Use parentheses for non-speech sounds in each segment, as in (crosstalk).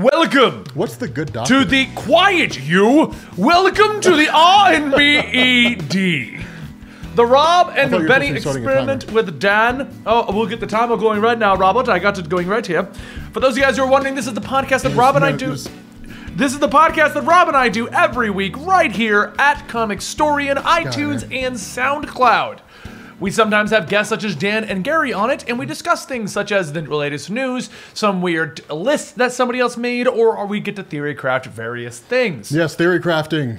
Welcome What's the good doctor? to the quiet you. Welcome to the RNBED. E The Rob and thought you were Benny supposed to be starting a timer. experiment with Dan. Oh, we'll get the timer going right now, Robert. I got it going right here. For those of you guys who are wondering, this is the podcast that Rob and I no, do. there's- This is the podcast that Rob and I do every week right here at Comic Story and iTunes and SoundCloud. We sometimes have guests such as Dan and Gary on it, and we discuss things such as the latest news, some weird list that somebody else made, or we get to theory craft various things. yes, theory crafting.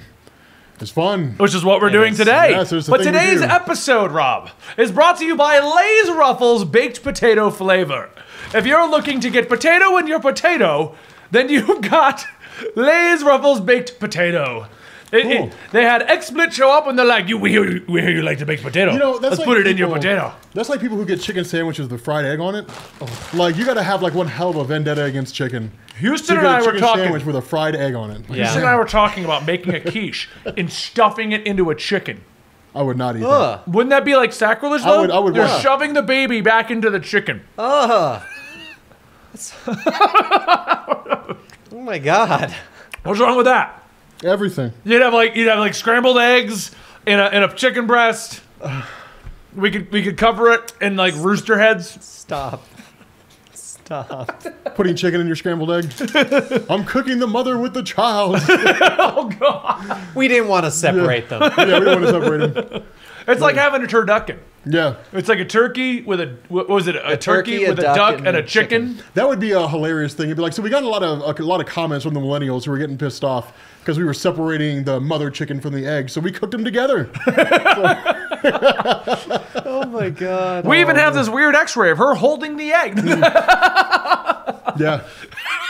It's fun. Which is what we're doing is. today. Yes, it's the but thing we today's do. episode, Rob, is brought to you by Lay's Ruffles Baked Potato Flavor. If you're looking to get potato in your potato, then you've (laughs) got Lay's Ruffles Baked Potato. It- it- Cool. they had XSplit show up and they're like, "You, we hear you, we hear you like to bake potato. You know, Let's that's like put it in your people- potato." That's like people who get chicken sandwiches with fried egg on it. Like you got to have like one hell of a vendetta against chicken. Houston and to get a I were chicken talking. sandwich with a fried egg on it. Like, Yeah. Jason and I were talking about making a (laughs) quiche and stuffing it into a chicken. I would not eat Ugh. Wouldn't that be like sacrilege? I Though? would- I would You're want- shoving the baby back into the chicken. Oh my god. What's wrong with that? that. Everything. You'd have like you'd have like scrambled eggs and a, and a chicken breast. We could we could cover it in like rooster (laughs) heads. Stop. Stop. Putting chicken in your (laughs) scrambled egg. I'm cooking the mother with the child. (laughs) Oh god! We didn't want to separate them. yeah, we don't want to separate them. It's like having a turducken. Yeah, It's like a turkey with a what was it? A, turkey, turkey, a with a duck, duck and and a a chicken. that would be a hilarious thing. It'd be like, so we got a lot of a lot of comments from the millennials who were getting pissed off because we were separating the mother chicken from the egg, so we cooked them together. oh my god. We even have this weird X-ray of her holding the egg. (laughs) Yeah,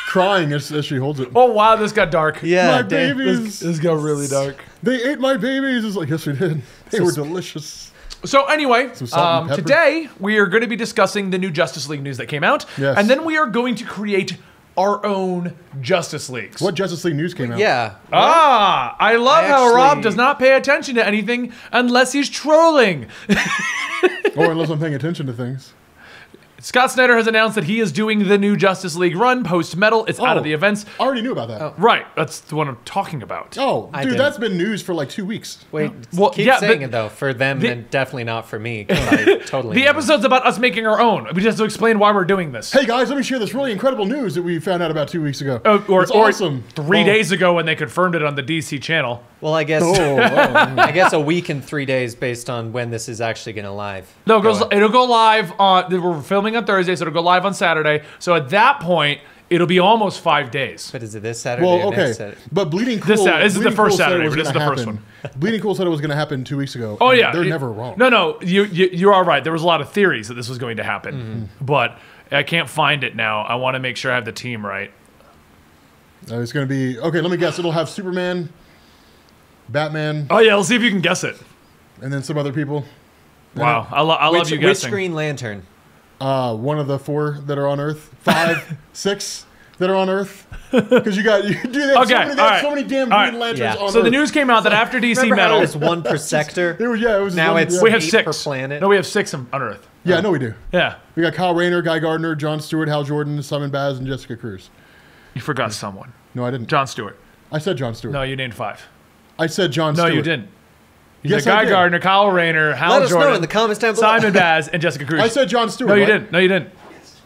crying as, as she holds it. oh wow, this got dark. yeah, my Dan- babies. got really dark. They ate my babies. It's like, yes, we did. They were delicious. So anyway, salt and um, pepper. today we are going to be discussing the new Justice League news that came out, Yes. and then we are going to create our own Justice Leagues. What Justice League news came out? Yeah. Ah, I love how Rob Actually- does not pay attention to anything unless he's trolling. Or Oh, unless I'm paying attention to things. Scott Snyder has announced that he is doing the new Justice League run post metal. It's out Oh. of the events. I already knew about that. Oh, Right, that's the one I'm talking about. I dude, didn't. that's been news for like two weeks. Wait, Well, keep yeah, saying but- it though. For them, and definitely not for me. 'cause I totally. The knew. episode's about us making our own. We just have to explain why we're doing this. Hey guys, let me share this really incredible news that we found out about two weeks ago. Uh, or, it's or awesome. three Oh. days ago when they confirmed it on the DC channel. Well, I guess. (laughs) Oh, oh. I guess a week and three days based on when this is actually going to live. No, it goes, Go ahead. it'll go live on. We're filming on Thursday, so it'll go live on Saturday. So at that point, it'll be almost five days. But is it this Saturday? Well, or okay, next Saturday? but Bleeding Cool. This Sat- this is the Bleeding first Cool said it Saturday, was but this is gonna the first happen. Bleeding Cool said it was going to happen two weeks ago. Oh and yeah, they're It- never wrong. No, no, you, you you're all right. There was a lot of theories that this was going to happen, Mm-hmm. but I can't find it now. I want to make sure I have the team right. Uh, it's going to be okay. Let me guess. It'll have Superman, Batman, Oh yeah, let's see if you can guess it. and then some other people. Wow, I, lo- I love Which- you which guessing. Green Lantern? Uh, one of the four that are on Earth, five, (laughs) six that are on Earth, because you got you (laughs) do that. Okay, so many, they all have right. so many damn All right. Green Lanterns Yeah. on So Earth. the news came out that after DC Remember how Metal, it was one per It sector. was, yeah, it was Now one- it's yeah. we have eight per six. planet. No, we have six on on Earth. yeah, no, we do. Yeah, We got Kyle Rayner, Guy Gardner, John Stewart, Hal Jordan, Simon Baz, and Jessica Cruz. you forgot Mm-hmm. someone. No, I didn't. John Stewart. I said John Stewart. No, you named five. I said John No, Stewart. you didn't. You Yes, said I Guy did. Gardner, Kyle Rayner, Hal Let us know Jordan, in the comments down below. Simon Baz, and (laughs) Jessica Cruz. I said John Stewart. no, you right? didn't. No, you didn't.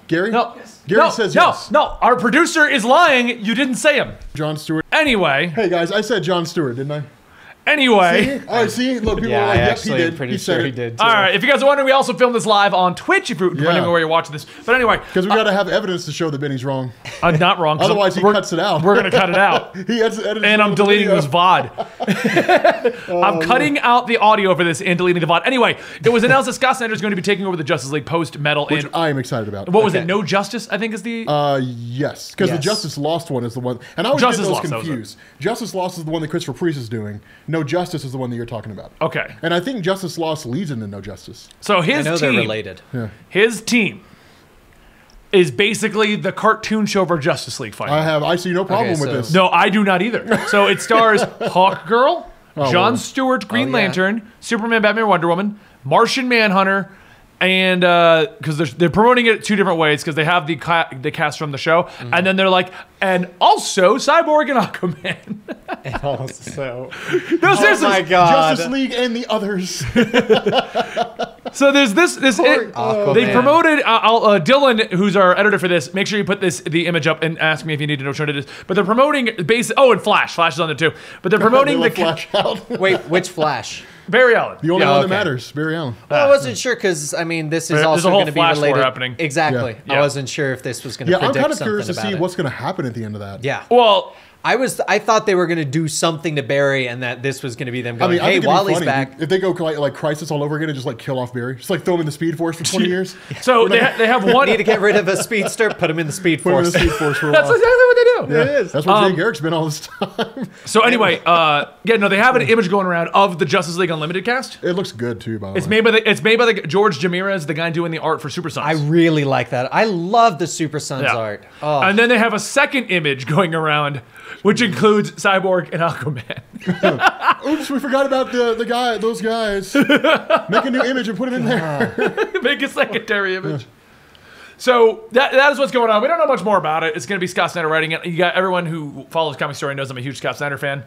Gary. No. Gary no, says no, yes. No, our producer is lying. You didn't say him. John Stewart. Anyway, Hey guys, I said John Stewart, didn't I? (laughs) anyway. See? I see. Look, people Yeah, are I like, yep, he actually did. am pretty he said sure he it. did. All too. right. If you guys are wondering, we also filmed this live on Twitch. If you're depending on where you're watching this, but anyway, Because we got to have evidence to show that Benny's wrong. (laughs) I'm not wrong. 'cause Otherwise, he we're- cuts it out. We're gonna cut it (laughs) out, He has edited and I'm deleting this VOD. (laughs) (laughs) Oh, I'm cutting out the audio for this and deleting the VOD. Anyway, it was announced that Scott Snyder is going to be taking over the Justice League post metal. And I am excited about. what was okay. it? No Justice, I think is the. Uh, yes, because the Yes. Justice Lost one is the one, and I always Justice get those Lost, that was it. confused. Justice Lost is the one that Christopher Priest is doing. No Justice is the one that you're talking about. okay, And I think Justice Lost leads into No Justice. so I his know they're team, (laughs) related. his team, is basically the cartoon show for Justice League fighting. I have I see no problem Okay, with so- this. No, I do not either. So it (laughs) stars Hawk Girl, John well. Stewart, Green Oh, yeah. Lantern, Superman, Batman, Wonder Woman, Martian Manhunter, and because they're, they're promoting it two different ways because they have the ca- the cast from the show, Mm-hmm. and then they're like, and also Cyborg and Aquaman. (laughs) Oh, also, no, oh seriously. my god, Justice League and the others. (laughs) So there's this this it- Aquaman. they promoted uh, I'll- uh, Dylan, who's our editor for this. Make sure you put this the image up and ask me if you need to know which one it is. But they're promoting base. Oh, and Flash, Flash is on there too. But (laughs) they're promoting They the let Flash out. The Wait, (laughs) which Flash? Barry Allen. only Yeah, one okay. that matters, Barry Allen. Well, I wasn't sure because I mean, this is Ah. There's a also whole going to be Flash war related. happening. Exactly. Yeah. I wasn't sure if this was going to Yeah, I'm predict kind of something curious to about see it. what's going to happen at the end of that. Yeah. Well, I was. I thought they were going to do something to Barry, and that this was going to be them I going, mean, I "Hey, think it'd be Wally's funny back." If they go like, like Crisis all over again and just like kill off Barry, just like throw him in the Speed Force for (laughs) 20 years. so they, ha- they have one. Need to get rid of a speedster. Put him in the Speed Put him in Force. the Speed Force for a that's while. exactly what Um, they do. That's where Jay Garrick's been all this time. So anyway, uh, yeah, no, they have an image going around of the Justice League Unlimited cast. It looks good too, by the It's way. made by the it's made by the George Jamirez, the guy doing the art for Super Sons. I really like that. I love the Super Sons Yeah. Uh, art. Oh, And then they have a second image going around, which includes Cyborg and (laughs) Aquaman. Oops, we forgot about the, the guy, those (laughs) guys. Make a new image and put it in there. Make a secondary image. So that, that is what's going on. We don't know much more about it. It's going to be Scott Snyder writing it. You got everyone who follows comic story knows I'm a huge Scott Snyder fan.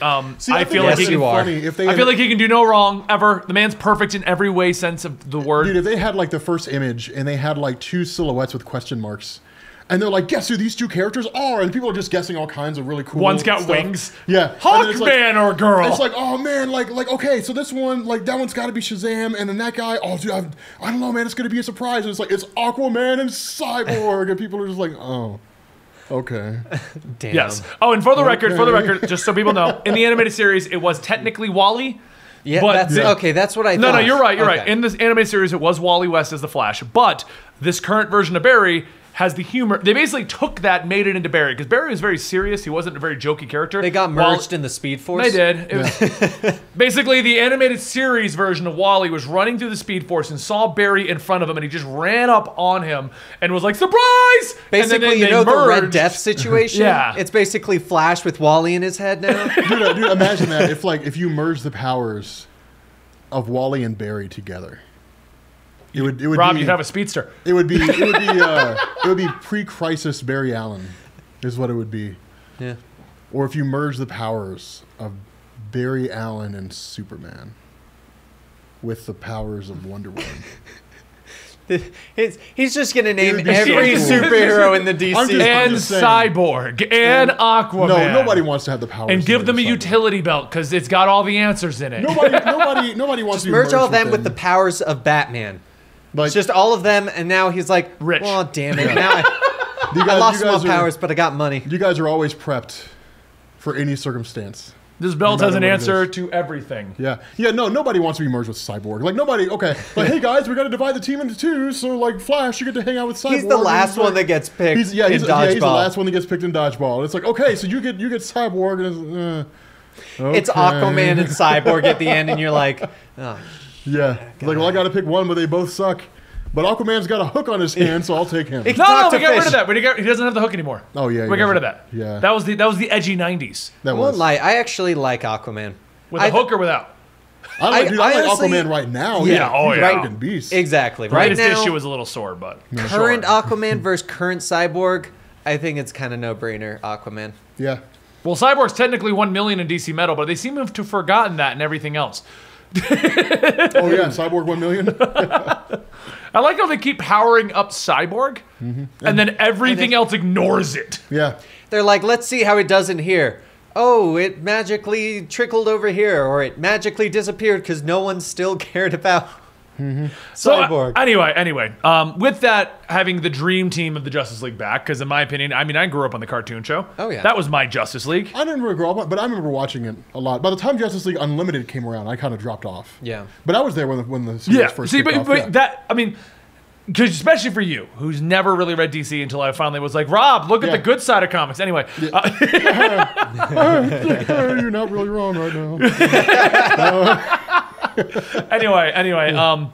Um, See, I, think feel it'd like that's he be can, you are. funny If they I had- feel like he can do no wrong ever. The man's perfect in every way sense of the word. Dude, if they had like the first image and they had like two silhouettes with question marks, and they're like, guess who these two characters are? And people are just guessing all kinds of really cool. One's got stuff. wings. Yeah. And then Hawkman it's like- or girl. It's like, oh man, like, like, okay, so this one, like, that one's got to be Shazam, and then that guy, oh dude, I, I don't know, man, it's gonna be a surprise. And it's like, it's Aquaman and Cyborg, and people are just like, oh, okay. damn. yes. Oh, and for the record, for the record, just so people know, in the animated series, it was technically Wally. Yeah. But that's, the- Okay. That's what I. No, no, thought. you're right. You're right. Okay. In this animated series, it was Wally West as the Flash, but this current version of Barry has the humor. They basically took that, made it into Barry because Barry was very serious. He wasn't a very jokey character. they got Wall- merged in the Speed Force. They did. It was- basically, the animated series version of Wally was running through the Speed Force and saw Barry in front of him, and he just ran up on him and was like, "Surprise!" and Basically, then they- you they know the Red merged. Death (laughs) situation. Yeah. It's basically Flash with Wally in his head (laughs) now. dude, uh, dude, imagine that if like if you merge the powers of Wally and Barry together, it would it would Rob, be, you'd have a speedster. it would be it would be uh, it would be pre-crisis Barry Allen, is what it would be. yeah. Or if you merge the powers of Barry Allen and Superman with the powers of Wonder Woman. He's, he's just gonna name would be every so cool. superhero in the I'm just- DC. And saying. Cyborg and Aquaman. no, nobody wants to have the powers. Oh, And give of them a Superman. utility belt because it's got all the answers in it. Nobody, nobody, nobody wants to be Merge merged all them with the them. powers of Batman. Like, It's just all of them, and now he's like, Rich. Well, damn it. Now I, (laughs) you guys, I lost you my guys are- powers, but I got money. You guys are always prepped for any circumstance. This belt No has an matter what it answer is. to everything. Yeah, yeah. No, nobody wants to be merged with Cyborg. Like nobody. Okay, like hey guys, we got to divide the team into two. So like Flash, you get to hang out with Cyborg. He's the and last it's one like- that gets picked He's, yeah, he's, in yeah, dodgeball. he's the last one that gets picked in dodgeball. And it's like okay, so you get you get Cyborg. And it's, uh, It's okay. (laughs) Aquaman and Cyborg at the end, and you're like, oh, Yeah, It's like well, I got to pick one, but they both suck. But Aquaman's got a hook on his hand, so I'll take him. It- No, no, Dr. we got rid Fish. of that. We got, he doesn't have the hook anymore. Oh, yeah, he we got rid of that. doesn't. Yeah. that was the that was the edgy '90s That I won't was. lie. I actually like Aquaman. with a I- hook or without. I like, I- dude, I, like honestly- Aquaman right now. Yeah, oh, he's yeah. a fucking beast. Exactly. Right Right this now, issue was a little sore, but current Aquaman versus current Cyborg. I think it's kind of no-brainer. Aquaman. Yeah. well, Cyborg's technically one million in DC Metal, but they seem to have forgotten that and everything else. Oh yeah, Cyborg one million. (laughs) I like how they keep powering up Cyborg, and then everything else ignores it. Yeah. They're like, let's see how it does in here. Oh, it magically trickled over here, or it magically disappeared because no one still (laughs) cared about Mm-hmm. So, uh, Cyborg. anyway, anyway, um, with that having the dream team of the Justice League back, because in my opinion, I mean, I grew up on the cartoon show. Oh, yeah. that was my Justice League. I didn't really grow up, on it, but I remember watching it a lot. By the time Justice League Unlimited came around, I kind of dropped off. Yeah. But I was there when the, when the series Yeah. first See, kicked but, off. but yeah. (laughs) that I mean, 'cause especially for you, who's never really read DC until I finally was like, Rob, look at Yeah. the good side of comics. Anyway, uh, You're not really (laughs) wrong right now. anyway, anyway, um,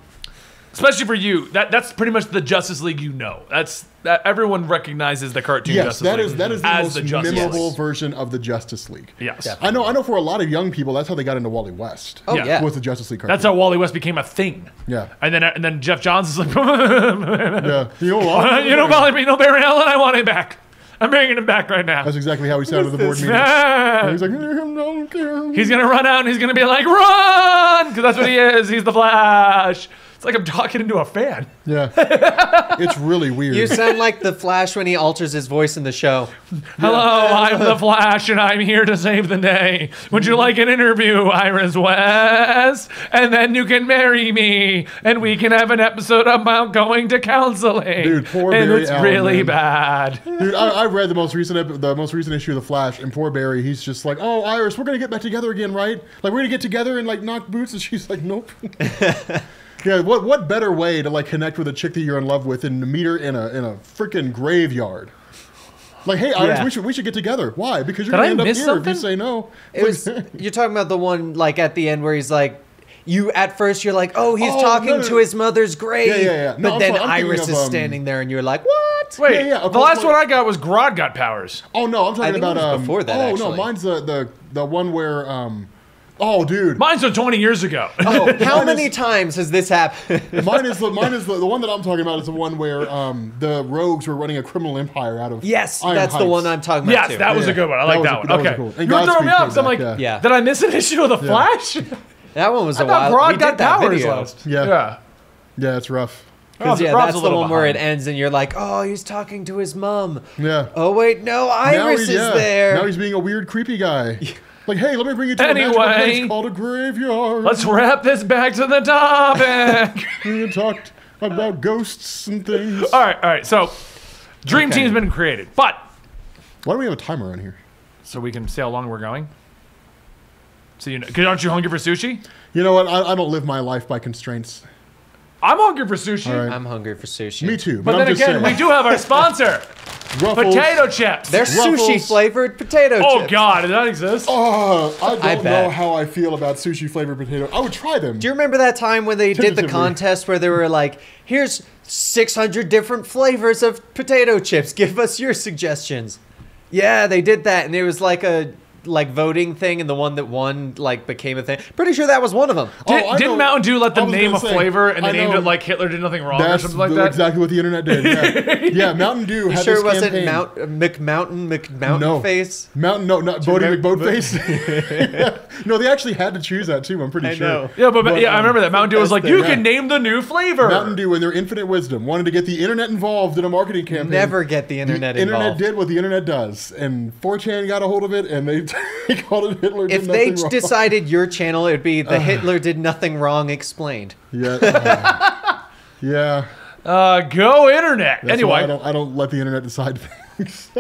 especially for you. That that's pretty much the Justice League you know. That's that everyone recognizes the cartoon Yes, Justice that League is that is the as most the Justice memorable League. version of the Justice League. Yes. Yeah. I know. I know. For a lot of young people, that's how they got into Wally West. Oh Yeah. yeah. was the Justice League cartoon. That's how Wally West became a thing. Yeah. And then and then Jeff Johns is like, (laughs) you yeah. You know, what? know, Wally, (laughs) you know, Barry Allen, I want him back. I'm bringing him back right now. (laughs) That's exactly how he sounded at the board meeting. Ah! He's like, I don't care. He's gonna run out and he's gonna be like, run! Because that's what he is. He's the Flash. It's like I'm talking into a fan. (laughs) yeah. it's really weird. You sound like the Flash when he alters his voice in (laughs) the show. Hello, I'm the Flash and I'm here to save the day. Would you like an interview, Iris West? And then you can marry me and we can have an episode about going to counseling. Dude, poor And Barry it's Allen, really man. bad. Dude, I, I read the most recent ep- the most recent issue of the Flash, and poor Barry, he's just like, "Oh, Iris, we're gonna get back together again, right? Like we're gonna get together and like knock boots," and she's like, (laughs) "Nope." yeah, what what better way to like connect with a chick that you're in love with than to meet her in a in a freaking graveyard? Like, hey, Iris, Yeah. we should we should get together. Why? Because you're Did I gonna end up here miss if something? you say no. It was you're talking about the one like at the end where he's like you at first you're like, oh, he's Oh, talking no, no. to his mother's grave, Yeah, yeah, yeah. No, but I'm then sorry, I'm thinking Iris of, is um, standing there, and you're like, what? Wait, yeah, of the course, last one what- I got was Grodd got powers. (laughs) oh no, I'm talking I think it about was um, before that, Oh no, actually. mine's the the the one where um, oh dude, Mine's from 20 years ago. Oh, How mine is- many times has this happened? (laughs) mine is the mine is the, the one that I'm talking about is the one where um, the rogues were running a criminal empire out of yes, Iron that's the Heights. one I'm talking about. yes, too. that was Yeah, a good one. I that like was a- that, that one. was a Okay. cool one. And You were Godspeed throwing me up, came so I'm like, back, yeah. Yeah. did I miss an issue of The Flash? that one (laughs) was I a thought while. Grodd we got did that powers video. last. Yeah. yeah. yeah, it's rough. 'Cause, yeah, Rob's that's a the little one where it behind. ends and you're like, oh, he's talking to his mom. Yeah. Oh wait, no, Now Iris he's- is yeah, there. Now he's being a weird, creepy (laughs) guy. Like, hey, let me bring you to a magical Anyway. place called a graveyard. Let's wrap this back to the (laughs) topic. We can talk about ghosts and things. all right, all right. So, Dream Team's been created, but Why do we have a timer on here? so we can see how long we're going. So you know, cause aren't you hungry for sushi? You know what? I, I don't live my life by constraints. I'm hungry for sushi. All right. I'm hungry for sushi. Me too. But, But I'm then just again, saying. we do have our (laughs) sponsor, Ruffles. potato chips. They're Ruffles. sushi flavored potato oh chips. God, does that exist? Oh, I don't know bet. how I feel about sushi flavored potato. I would try them. Do you remember that time when they did the Tentatively. contest where they were like, here's 600 different flavors of potato chips. Give us your suggestions. Yeah, they did that and it was like a like voting thing and the one that won like became a thing. Pretty sure that was one of them. Did, Oh, I know- didn't Mountain Dew let I them was name gonna a say, flavor and they I named know. it like Hitler did nothing wrong That's or something like the- that? exactly what the internet did. Yeah, (laughs) yeah Mountain Dew had sure this it wasn't campaign. Mount uh, McMountain McMountain no. face. Mountain, no, not Bodie remember- McBoatface. (laughs) no, they actually had to choose that too. I'm pretty I sure. know. Yeah, but, yeah, I um, remember that Mountain Dew was like, that's the- you yeah. can name the new flavor. Mountain Dew, in their infinite wisdom, wanted to get the internet involved in a marketing campaign. Never get the internet the internet involved. did what the internet does, and 4chan got a hold of it, and they, (laughs) they called it Hitler. did if they nothing wrong. decided your channel, it would be the Hitler did nothing wrong explained. yeah, uh, (laughs) yeah. Uh, go internet. That's why I anyway, don't, I don't let the internet decide (laughs) things.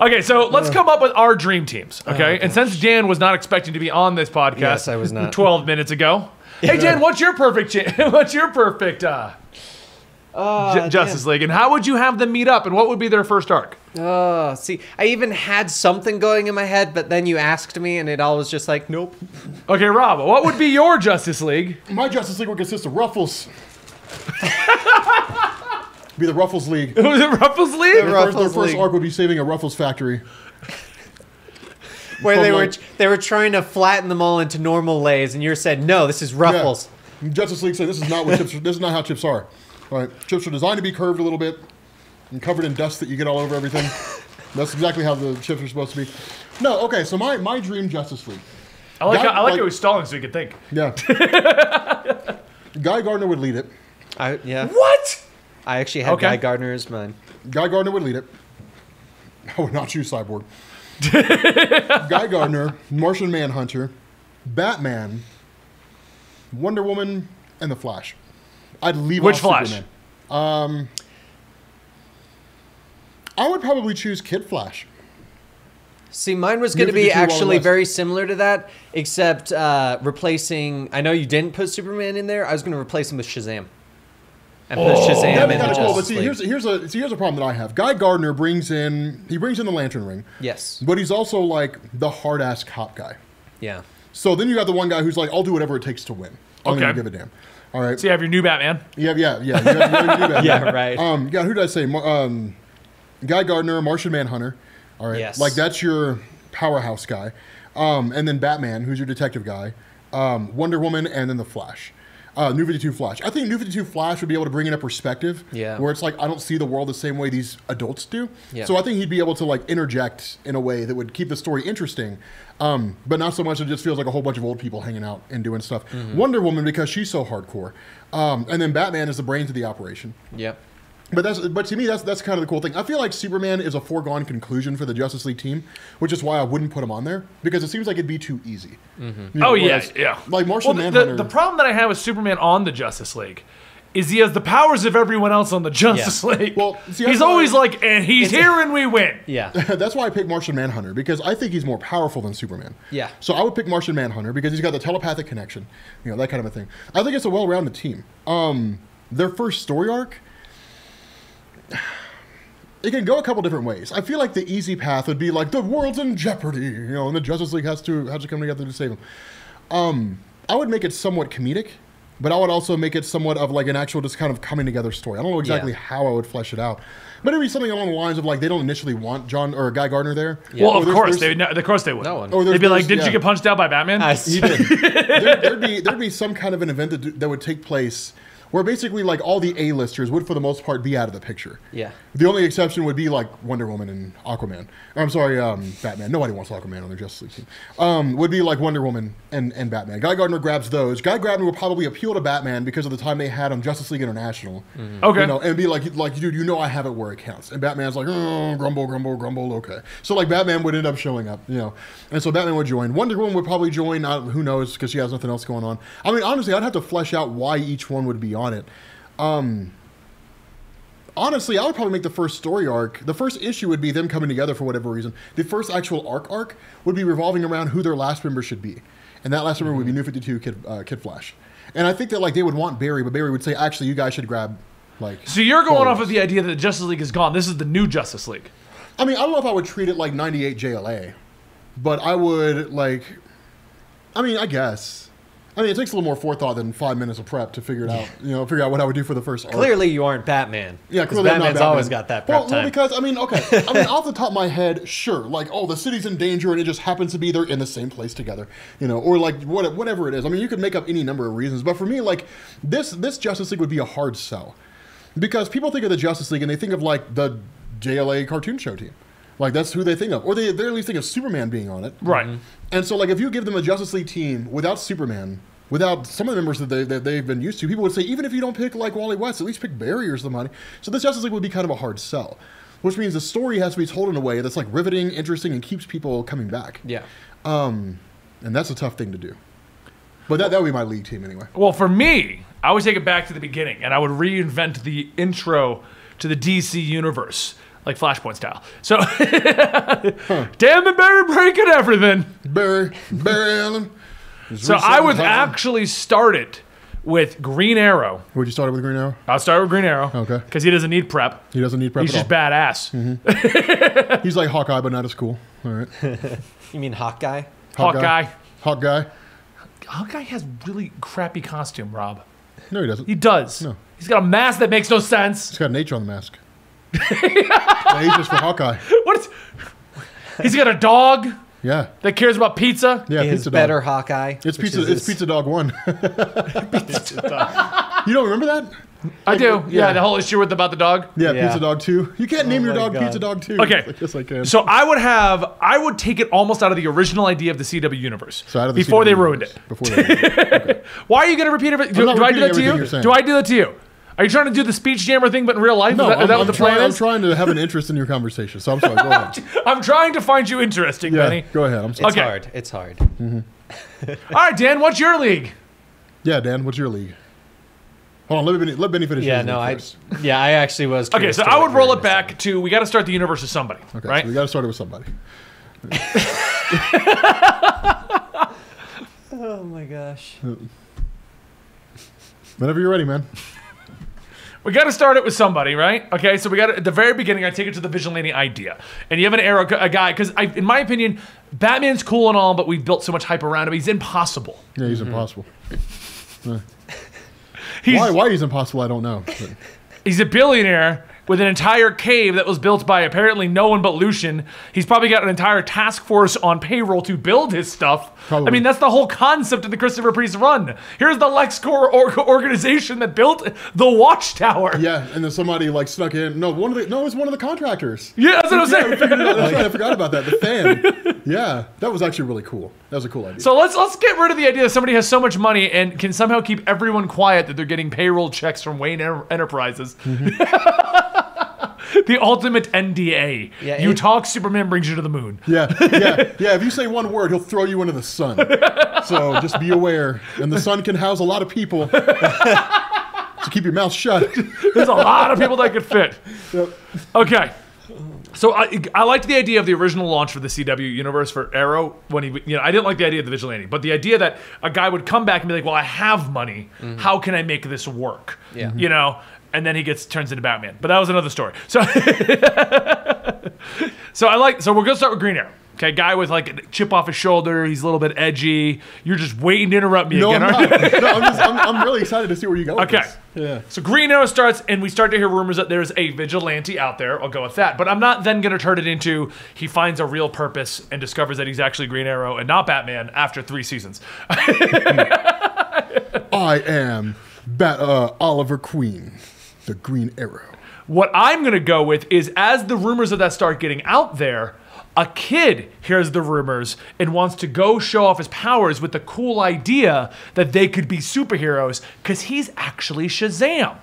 okay, so let's Uh. come up with our dream teams, okay? and since Dan was not expecting to be on this podcast, Oh, Yes, I was not. Twelve minutes ago. Hey, Dan, what's your perfect? Cha- (laughs) what's your perfect uh, Uh, Ju- Justice League, and how would you have them meet up, and what would be their first arc? Oh, see, I even had something going in my head, but then you asked me, and it all was just like, nope. Okay, Rob, what would be your Justice League? (laughs) My Justice League would consist of Ruffles. (laughs) be the Ruffles League. Was it Ruffles League? Their first, their Ruffles first League. arc would be saving a Ruffles factory. Where they were Fumble. they were trying to flatten them all into normal lays, and you said, no, this is Yeah. ruffles. Justice League said this is not what chips. Are, this is not how chips are. All right, chips are designed to be curved a little bit and covered in dust that you get all over (laughs) everything. That's exactly how the chips are supposed to be. No, okay. So my my dream Justice League. I like. That- How, I like, like- how he's stalling so he could think. Yeah. (laughs) Guy Gardner would lead it. I, yeah, What? I actually had Okay. Guy Gardner as mine. Guy Gardner would lead it. (laughs) I would not (laughs) choose Cyborg. Guy Gardner, Martian Manhunter, Batman, Wonder Woman, and the Flash. I'd leave Which off Flash? Superman. Um, I would probably choose Kid Flash. See, mine was going to Neither did be you, Wally actually West. very similar to that, except uh, replacing. I know you didn't put Superman in there. I was going to replace him with Shazam, and put Shazam That'd in be the kind of cool. But Justice see, League. here's, here's a see, here's a problem that I have. Guy Gardner brings in he brings in the Lantern Ring, Yes. but he's also like the hard ass cop guy. Yeah. So then you got the one guy who's like, I'll do whatever it takes to win. I don't Okay. even give a damn. All right. So you have your new Batman. Yeah, yeah, yeah. You have, you have to do that. Yeah, (laughs) right. Um, yeah, who did I say? Mar- Um, Guy Gardner, Martian Manhunter. All right, Yes. like that's your powerhouse guy. Um, and then Batman, who's your detective guy. Um, Wonder Woman, and then the Flash. Uh, New 52 Flash. I think New 52 Flash would be able to bring in a perspective Yeah. where it's like, I don't see the world the same way these adults do. Yeah. So I think he'd be able to like interject in a way that would keep the story interesting, um, but not so much it just feels like a whole bunch of old people hanging out and doing stuff. Mm-hmm. Wonder Woman, because she's so hardcore. Um, and then Batman is the brains of the operation. Yep. But that's but to me that's that's kind of the cool thing. I feel like Superman is a foregone conclusion for the Justice League team, which is why I wouldn't put him on there because it seems like it'd be too easy. You know, oh yeah, whereas, yeah. Like Martian well, the- Manhunter. The, the problem that I have with Superman on the Justice League is he has the powers of everyone else on the Justice League. Well, see, I he's thought- always like, and he's here and we win. (laughs) Yeah. That's why I picked Martian Manhunter because I think he's more powerful than Superman. Yeah. So I would pick Martian Manhunter because he's got the telepathic connection, you know, that kind of a thing. I think it's a well-rounded team. Um, their first story arc, it can go a couple different ways. I feel like the easy path would be like the world's in jeopardy, you know, and the Justice League has to has to come together to save him. Um, I would make it somewhat comedic, but I would also make it somewhat of like an actual just kind of coming together story. I don't know exactly Yeah. how I would flesh it out. But it'd be something along the lines of like they don't initially want John or Guy Gardner there. Well, Or of Oh, there's- course they, there's- would no, of course they would. No one. Oh, there's- They'd be like, there's- "Didn't yeah. you get punched out by Batman?" I did. there, there'd be there'd be some kind of an event that, that would take place where basically like all the A-listers would for the most part be out of the picture. Yeah. The only exception would be like Wonder Woman and Aquaman. I'm sorry, um, Batman. Nobody wants Aquaman on their Justice League team. Um, would be like Wonder Woman and, and Batman. Guy Gardner grabs those. Guy Gardner would probably appeal to Batman because of the time they had on Justice League International. Okay. You know, and be like, like, dude, you know I have it where it counts. And Batman's like, oh, grumble, grumble, grumble, okay. So like Batman would end up showing up, you know. And so Batman would join. Wonder Woman would probably join. Uh, who knows? Because she has nothing else going on. I mean, honestly, I'd have to flesh out why each one would be on it honestly, I would probably make the first story arc. The first issue would be them coming together for whatever reason. The first actual arc arc would be revolving around who their last member should be, and that last member would be Mm-hmm. New Fifty Two Kid uh, Kid Flash. And I think that like they would want Barry, but Barry would say, actually, you guys should grab like. so you're going off Polaris." of the idea that the Justice League is gone. This is the new Justice League. I mean, I don't know if I would treat it like 98 JLA, but I would like. I mean, I guess. I mean, it takes a little more forethought than five minutes of prep to figure it out. You know, figure out what I would do for the first arc. Clearly, you aren't Batman. Yeah, 'Cause clearly I'm not Batman's Batman. always got that prep well, time. Well, because I mean, okay, I (laughs) mean, off the top of my head, sure, like oh, the city's in danger, and it just happens to be they're in the same place together, you know, or like what, whatever it is. I mean, you could make up any number of reasons, but for me, like this, this Justice League would be a hard sell because people think of the Justice League and they think of like the JLA cartoon show team, like that's who they think of, or they they at least think of Superman being on it, Right. and so, like, if you give them a Justice League team without Superman, without some of the members that, they, that they've been used to, people would say, even if you don't pick, like, Wally West, at least pick Barry or somebody. So, this Justice League would be kind of a hard sell, which means the story has to be told in a way that's, like, riveting, interesting, and keeps people coming back. yeah. Um, and that's a tough thing to do. But that, that would be my league team anyway. Well, for me, I would take it back to the beginning and I would reinvent the intro to the DC universe, like Flashpoint style. So, (laughs) damn it, Barry, breaking everything. Barry, Barry (laughs) Allen. So I would actually start it with Green Arrow. Would you start it with Green Arrow? I'll start with Green Arrow. Okay. Because he doesn't need prep. He doesn't need prep He's at just all. Mm-hmm. badass. He's like Hawkeye, but not as cool. All right. You mean Hawkeye? Hawkeye. Hawkeye. Hawkeye has really crappy costume, Rob. No, he doesn't. He does. No. He's got a mask that makes no sense. (laughs) He's got an H on the mask. the H is for Hawkeye. What is. (laughs) He's got a dog Yeah, that cares about pizza. yeah. He is pizza better Dog. Hawkeye. It's which pizza. is It's his- pizza dog (laughs) one. (laughs) you don't remember that? I do. Yeah, yeah. the whole issue with about the dog. Yeah, Yeah. Oh pizza dog two. You can't name your my dog God. pizza dog two. Okay. yes (laughs) I can. So I would have, I would take it almost out of the original idea of the CW universe So out of the before CW they ruined universe. it. (laughs) Before they (laughs) ruined it. Why are you going to repeat it? Do, not do I do that repeating to everything you're you? saying. Do I do that to you? Are you trying to do the speech jammer thing, but in real life? No, is that, is I'm, that what I'm the trying, plan I'm is? trying to have an interest in your conversation, so I'm sorry. (laughs) Go ahead. I'm trying to find you interesting, Yeah, Benny. go ahead. I'm sorry. It's Okay. hard. (laughs) It's hard. All right, Dan, what's your league? Yeah, Dan, what's your league? Hold on, let Benny, let Benny finish. Yeah, his no, league I. first. Yeah, I actually was. Okay, curious so to I what would you were roll gonna it say. back to we got to start the universe with somebody, Okay, right? so we got to start it with somebody. Oh (laughs) my gosh. Whenever you're ready, man. We got to start it with somebody, right? Okay, so we got at the very beginning. I take it to the vigilante idea, and you have an arrow, a guy, because in my opinion, Batman's cool and Mm-hmm. all, but we built so much hype around him, he's impossible. Yeah, he's impossible. He's, Why? Why he's impossible? I don't know. But He's a billionaire with an entire cave that was built by apparently no one but Lucian. He's probably got an entire task force on payroll to build his stuff. Probably. I mean, that's the whole concept of the Christopher Priest run. Here's the LexCorp or- organization that built the Watchtower. yeah, and then somebody like snuck in. No, one of the no, it was one of the contractors. (laughs) Yeah, that's what I'm Yeah, we saying. figured it out. That's right, I forgot about that. The fan. Yeah, that was actually really cool. That was a cool idea. So let's let's get rid of the idea that somebody has so much money and can somehow keep everyone quiet that they're getting payroll checks from Wayne Enter- Enterprises. Mm-hmm. (laughs) the ultimate NDA. Yeah, you it- talk, Superman brings you to the moon. yeah, yeah, yeah. If you say one word, he'll throw you into the sun. So just be aware. And the sun can house a lot of people. (laughs) so keep your mouth shut. There's a lot of people that could fit. Yep. Okay. So I, I liked the idea of the original launch for the CW universe for Arrow when he you know I didn't like the idea of the vigilante but the idea that a guy would come back and be like well I have money how can I make this work Yeah. you know and then he gets turns into Batman but that was another story so (laughs) so I like so we're gonna start with Green Arrow okay guy with like a chip off his shoulder he's a little bit edgy you're just waiting to interrupt me No, I'm again aren't you? not. No, I'm, just, I'm, I'm really excited to see where you go. with Okay. this. Yeah. So Green Arrow starts, and we start to hear rumors that there's a vigilante out there. I'll go with that. But I'm not then going to turn it into he finds a real purpose and discovers that he's actually Green Arrow and not Batman after three seasons. (laughs) I am Bat- uh, Oliver Queen, the Green Arrow. What I'm going to go with is as the rumors of that start getting out there, a kid hears the rumors and wants to go show off his powers with the cool idea that they could be superheroes because he's actually Shazam.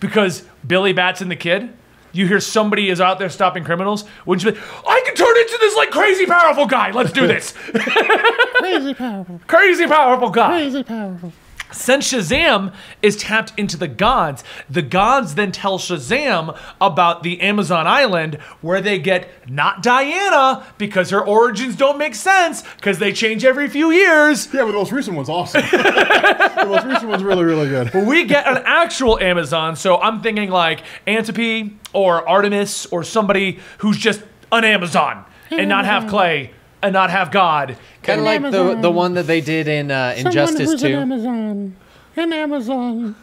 Because Billy Batson, the kid, you hear somebody is out there stopping criminals, wouldn't you be like, I can turn into this like crazy powerful guy. Let's do this. (laughs) Crazy powerful, crazy powerful guy crazy powerful. since Shazam is tapped into the gods, the gods then tell Shazam about the Amazon island where they get not Diana because her origins don't make sense because they change every few years. Yeah, but the most recent one's awesome. (laughs) the most recent one's really, really good. We get an actual Amazon, so I'm thinking like Antipi or Artemis or somebody who's just an Amazon and not have clay and not have God. Kind of like the the one that they did in uh, Injustice Two. Amazon. An Amazon.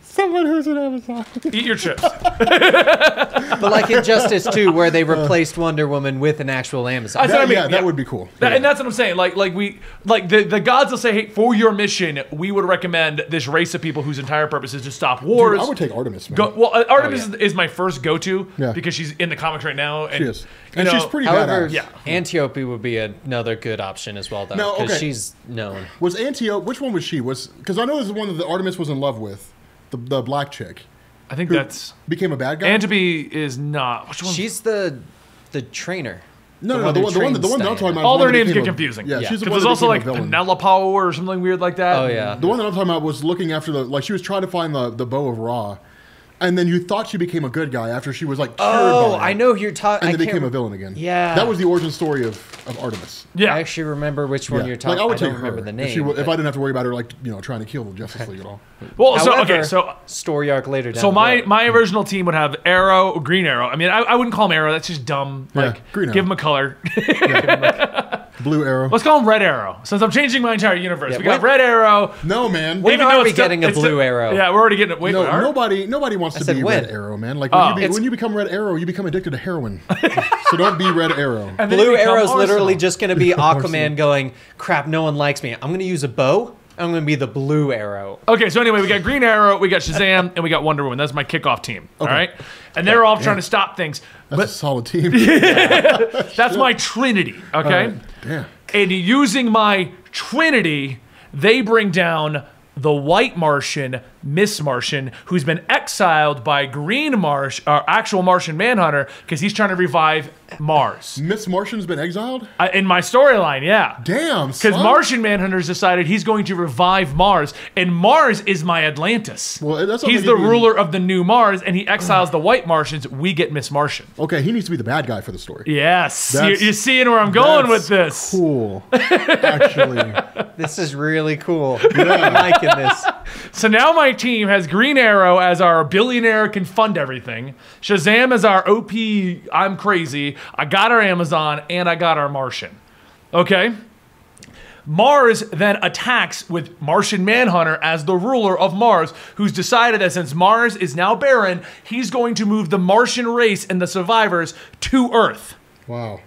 Someone who's an Amazon. Eat your chips. But like Injustice 2, where they Uh. replaced Wonder Woman with an actual Amazon. That's what I mean, yeah, that yeah. would be cool. That- And that's what I'm saying. Like, like we, like the, the gods will say, "Hey, for your mission, we would recommend this race of people whose entire purpose is to stop wars." Dude, I would take Artemis. Man. Go, well, uh, Artemis yeah. is, is my first go-to Yeah. because she's in the comics right now, and She is. you And she's know, pretty However, badass. Yeah. Antiope would be another good option as well, though, No, because okay. she's known. Was Antiope, which one was she? Was Because I know there's one that Artemis was in love with, the, the black chick. I think that's Became a bad guy? Antipi is not. Which one? She's the the trainer. no, no, no, the who one, the one, trains the one that I'm Diana. talking about. all is the their one that names became get a- confusing. Yeah, Yeah. she's the one because there's that also became like a villain. Penelope or something weird like that. Oh yeah. The one that I'm talking about was looking after the like she was trying to find the the bow of Ra, and then you thought she became a good guy after she was like cured Oh, by it, I know who you're talking. and then became a villain again. Yeah. that was the origin story of, of Artemis. yeah. I actually remember which one Yeah. you're talking. like I would don't take her remember the name. if, she, wa- if but- I didn't have to worry about her like you know trying to kill the (laughs) Justice League at all. well, Oh, so However, okay, so story arc later. Down So the my road. my original team would have Arrow, Green Arrow. I mean, I, I wouldn't call him Arrow. That's just dumb. Yeah, Like, Green give Arrow. him a color. Blue Arrow. Let's call him Red Arrow, since I'm changing my entire universe. Yeah, we got when- Red Arrow. no man. When even are though we it's still- getting a it's still- Blue Arrow? Yeah, we're already getting it. Wait, no, we are? nobody, nobody wants to said be when. Red Arrow, man. Like when, Oh. you be, It's- when you become Red Arrow, you become addicted to (laughs) heroin. so don't be Red Arrow. And then Blue it become Arrow's literally Arsenal. just going (laughs) to be Arsenal. Aquaman going, "Crap, no one likes me. I'm going to use a bow. I'm going to be the Blue Arrow." Okay, so anyway, we got Green Arrow, we got Shazam, and we got Wonder Woman. That's my kickoff team. All right, and they're all trying to stop things. That's a solid (laughs) team. That's my Trinity. Okay, Damn. and using my Trinity, they bring down the White Martian, Miss Martian, who's been exiled by Green Marsh, or actual Martian Manhunter, because he's trying to revive Mars. Miss Martian's been exiled. Uh, in my storyline, yeah. Damn. Because son. Martian Manhunter's decided he's going to revive Mars, and Mars is my Atlantis. Well, that's not he's like the it was- ruler of the new Mars, and he exiles the white Martians. We get Miss Martian. Okay, he needs to be the bad guy for the story. Yes, you're, That's- you're seeing where I'm going with this. That's Cool. (laughs) Actually, This is (laughs) really cool. I'm liking this. So now my team has Green Arrow as our billionaire can fund everything, Shazam as our OP. I'm crazy. I got our Amazon, and I got our Martian. Okay. Mars then attacks with Martian Manhunter as the ruler of Mars, who's decided that since Mars is now barren, he's going to move the Martian race and the survivors to Earth. Wow.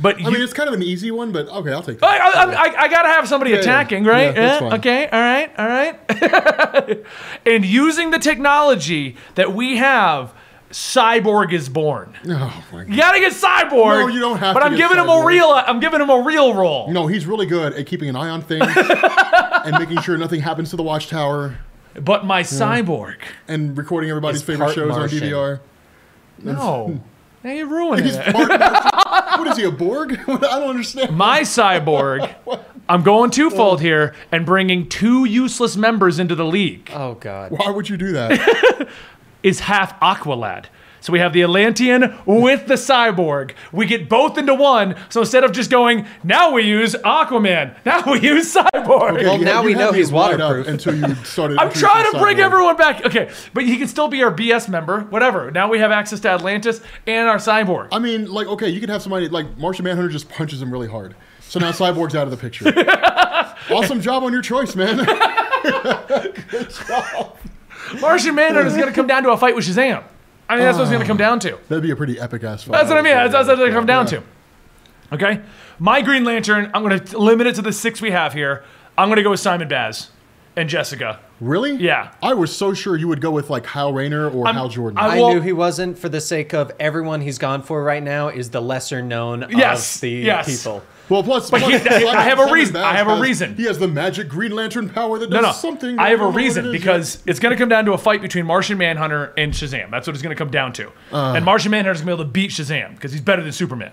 But I you, mean, it's kind of an easy one, but okay, I'll take that. I, I, I, I gotta have somebody yeah. attacking, right? Yeah, that's fine. okay, all right, all right. (laughs) and using the technology that we have, Cyborg is born. Oh my god. You gotta get Cyborg. No, you don't have But to I'm get giving him a Cyborg. real. I'm giving him a real role. No, he's really good at keeping an eye (laughs) on things and making sure nothing happens to the watchtower But my Cyborg. and recording everybody's He's favorite part shows Martian. on DVR. (laughs) No, now you're ruining He's it. part Martian. What is he, a Borg? (laughs) I don't understand. My (laughs) Cyborg. I'm going Oh. twofold here and bringing two useless members into the league. Oh god. Why would you do that? is half Aqualad. So we have the Atlantean with the cyborg. We get both into one. So instead of just going, now we use Aquaman, (laughs) now we use cyborg. Okay, you now had- we you had know me he's wide up waterproof. Until (laughs) you started. I'm trying to introducing bring Cyborg. everyone back. Okay, but he can still be our BS member, whatever. Now we have access to Atlantis and our cyborg. I mean, like, okay, you could have somebody like Martian Manhunter just punches him really hard. So now Cyborg's out of (laughs) the picture. awesome job on your choice, man. (laughs) Martian Manhunter is going to come down to a fight with Shazam. I mean, that's what it's going to come Oh. down to. That'd be a pretty epic ass fight. That's what I mean. That's, that's what it comes down Yeah. to. Okay? My Green Lantern, I'm going to limit it to the six we have here. I'm going to go with Simon Baz and Jessica. Really? Yeah. I was so sure you would go with like Hal Rayner or Hal Jordan. I'm- I Well- knew he wasn't for the sake of everyone he's gone for right now is the lesser known Yes, of the yes. people. well, plus, But he- plus Simon- I have a Simon reason. Baz I have a has- reason. He has the magic Green Lantern power that does No, no. something. I have a don't know what reason it is because it's going to come down to a fight between Martian Manhunter and Shazam. That's what it's going to come down to. Uh. and Martian Manhunter's going to be able to beat Shazam because he's better than Superman.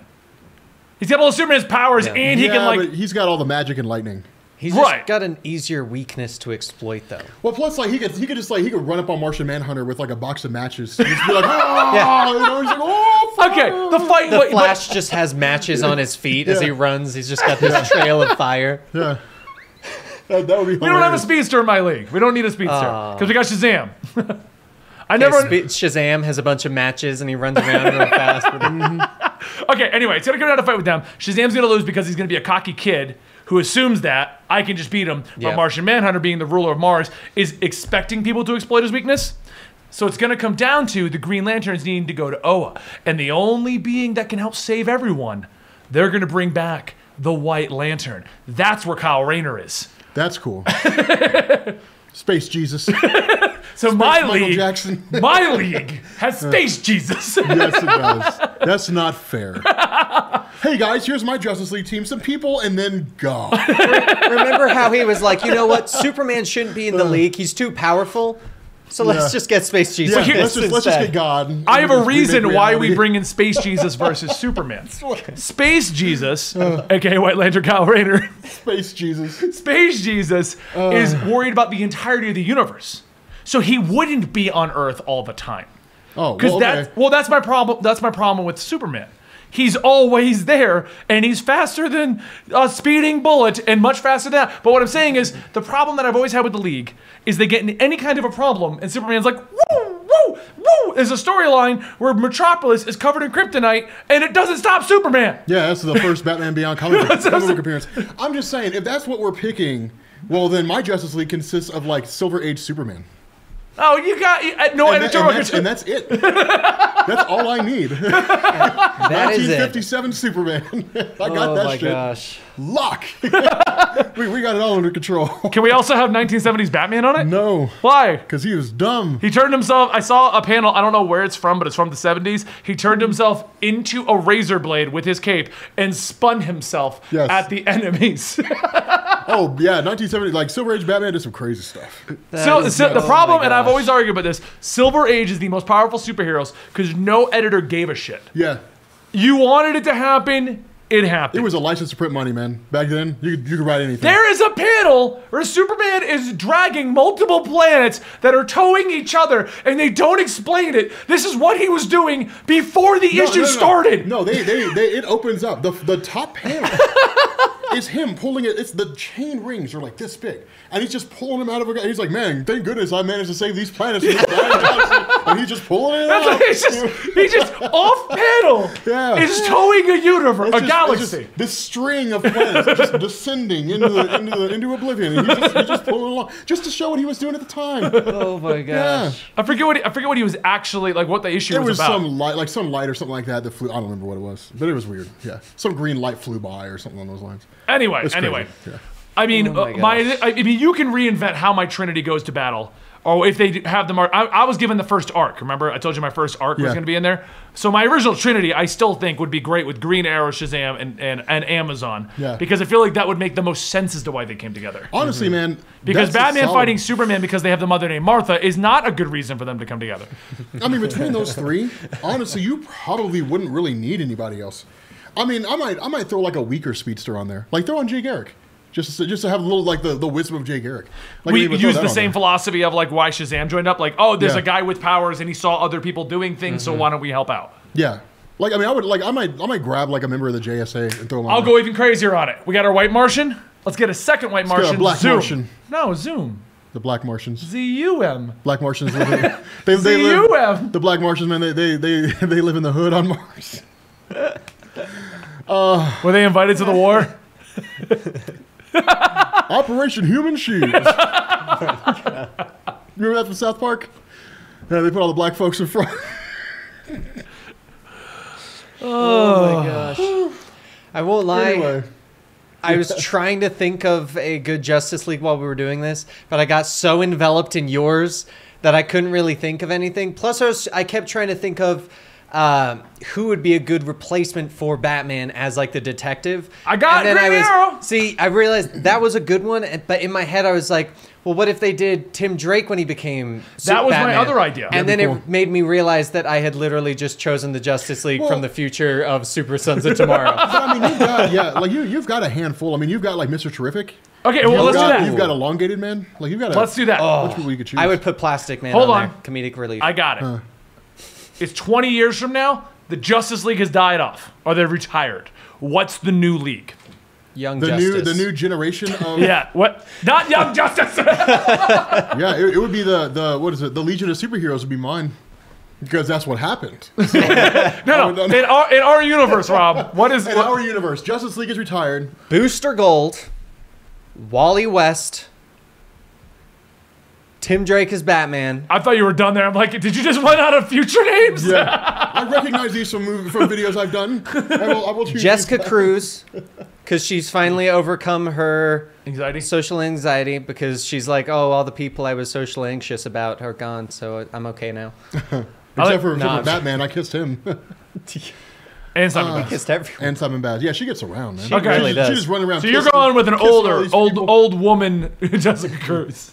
He's got all of Superman's powers, and yet. he yeah, can like. but he's got all the magic and lightning. He's just Right. got an easier weakness to exploit though. Well, plus, like he could, he could just like he could run up on Martian Manhunter with like a box of matches. He'd just be like, (laughs) oh, you know, he's like, oh, (laughs) fuck. okay, the fight. The but- but- Flash just has matches on his feet as Yeah. he runs. He's just got this trail of (laughs) fire. Yeah. That, that would be. we don't have a speedster in my league. We don't need a speedster Ah. because we got Shazam. (laughs) I never. Spe- Shazam has a bunch of matches and he runs around real fast. With them. Okay, anyway, it's gonna come down to fight with them. Shazam's gonna lose because he's gonna be a cocky kid who assumes that I can just beat him. But Yeah. Martian Manhunter, being the ruler of Mars, is expecting people to exploit his weakness. So it's gonna come down to the Green Lanterns needing to go to Oa, and the only being that can help save everyone, they're gonna bring back the White Lantern. That's where Kyle Rayner is. That's cool. (laughs) Space Jesus. So my Michael league, Jackson. my (laughs) league has Space Jesus. (laughs) Yes, it does. That's not fair. Hey guys, here's my Justice League team. Some people and then (laughs) God. Remember how he was like, you know what? Superman shouldn't be in the league. He's too powerful. So Yeah. let's just get Space Jesus. Yeah, here- let's just let's just instead. get God. I have a Remake reason why we reality. bring in Space Jesus versus Superman. Space Jesus, Uh. aka White Lantern Kyle Rayner, (laughs) (laughs) Space Jesus. Space Jesus Uh. is worried about the entirety of the universe. So he wouldn't be on Earth all the time. Oh, Because well, okay. that's well, that's my problem. That's my problem with Superman. He's always there, and he's faster than a speeding bullet, and much faster than that. But what I'm saying is, the problem that I've always had with the League is they get in any kind of a problem, and Superman's like, woo, woo, woo. There's a storyline where Metropolis is covered in kryptonite, and it doesn't stop Superman. Yeah, that's the first Batman Beyond comic (laughs) book, That's what I'm comic book appearance. I'm just saying, if that's what we're picking, well then my Justice League consists of like Silver Age Superman. Oh, you got you- uh, no And, that- editorial and that's, control. and that's (laughs) it. That's all I need. (laughs) That is it. 1957 Superman. (laughs) I got Oh that my shit. gosh. Lock. (laughs) we, we got it all under control. (laughs) Can we also have 1970s Batman on it? no. Why? Because he was dumb. He turned himself. I saw a panel. I don't know where it's from, but it's from the 70s. He turned Mm-hmm. himself into a razor blade with his cape and spun himself Yes. at the enemies. (laughs) Oh yeah, 1970, like Silver Age Batman did some crazy stuff. so, is so the nuts. Oh problem, my and I've gosh. always argued about this: Silver Age is the most powerful superheroes because no editor gave a shit. Yeah, You wanted it to happen, it it happened. was a license to print money, man. Back then, you could, you could write anything. there is a panel where Superman is dragging multiple planets that are towing each other, and they don't explain it. This is what he was doing before the No, issue no, no, no. started. No, they, they, they it opens up. The, the (laughs) top panel is him pulling it. It's the chain rings are like this big, and he's just pulling them out of a. And he's (laughs) like, man, thank goodness I managed to save these planets. from this dying galaxy." and he's just pulling it That's out. what he's just he just off panel Yeah. is towing a universe, It's a just- it's galaxy. just this string of planets (laughs) just descending into the, into the, into oblivion, and he's just, he's just pulling along just to show what he was doing at the time. (laughs) Oh (laughs) my gosh. I forget what he, I forget what he was actually like. What the issue There was was about. some light, like some light or something like that, that flew. I don't remember what it was, but it was weird. Yeah, some green light flew by or something along those lines. anyway, It's crazy. anyway. Yeah. I mean, Oh uh, my my, gosh. I, I mean, you can reinvent how my Trinity goes to battle, or if they do have the mark. I, I was given the first arc. Remember, I told you my first arc was Yeah. going to be in there. So my original Trinity, I still think would be great with Green Arrow, Shazam, and and, and Amazon. Yeah. Because I feel like that would make the most sense as to why they came together. Honestly, man, Mm-hmm. Because that's a Batman solid- fighting Superman because they have the mother named Martha is not a good reason for them to come together. I mean, between those three, (laughs) honestly, you probably wouldn't really need anybody else. I mean, I might, I might throw like a weaker speedster on there, like throw on Jay Garrick, just to, just to have a little like the, the wisdom of Jay Garrick. Like, we I would throw use that the on same there. philosophy of like why Shazam joined up. Like, oh, there's Yeah. Mm-hmm. a guy with powers and he saw other people doing things, so why don't we help out? Yeah, like I mean, I would like I might, I might grab like a member of the JSA and throw him. I'll on go even crazier on it. We got our white Martian. Let's get a second white get a Martian. black Zoom. Martian. No, Zoom. the Black Martians. Z U M. Black Martians live. In, (laughs) they, they ZUM. live. The Black Martians, man, they they they, (laughs) they live in the hood on Mars. Were they invited to the (laughs) war? Operation (laughs) Human Shield. Remember that from South Park? Yeah, they put all the black folks in front. Oh my gosh. I won't lie. anyway. I was trying to think of a good Justice League while we were doing this, but I got so enveloped in yours that I couldn't really think of anything. Plus, I, was, I kept trying to think of um who would be a good replacement for Batman as like the detective. I got I Green was Arrow! see. I realized that was a good one, and- but in my head I was like. Well, what if they did Tim Drake when he became Su- That was my Batman? other idea. and That'd then be it made me realize that I had literally just chosen the Justice League Well- from the future of Super Sons (laughs) of Tomorrow. But I mean, you've got yeah, like you you've got a handful. I mean, you've got like Mr. Terrific. Okay, well, You've let's do got, that. You've got elongated man. Like you've got. A, Let's do that. bunch of people you could choose. I would put Plastic Man Hold on, on. there. comedic relief. I got it. It's 20 years from now. The Justice League has died off, or they're retired. What's the new league? Young the Justice. new the new generation of (laughs) yeah, Yeah, what? Not Young Justice. (laughs) it, it would be the the what is it the Legion of Superheroes would be mine because that's (laughs) what happened. no, no, no. no. In our, in our universe, Rob, what is? In what- our universe, Justice League is retired. Booster Gold, Wally West, Tim Drake is (laughs) Batman. I thought you were done there. I'm like, did you just run out of future names? Yeah, I recognize these from mov- from videos I've done. I will, I will choose Jessica these. Cruz, because she's finally overcome her Anxiety. social anxiety because she's like, oh, all the people I was socially anxious about are gone, so I'm okay now. (laughs) except for, except Nah, for Batman. I kissed him and Simon Bass. Kissed everyone. and Simon Baz. Yeah, she gets around, man. She Okay. really she just, does. She just running around. So you're kissing- going with an kissing all older, these old, people. old woman, (laughs) Jessica Cruz.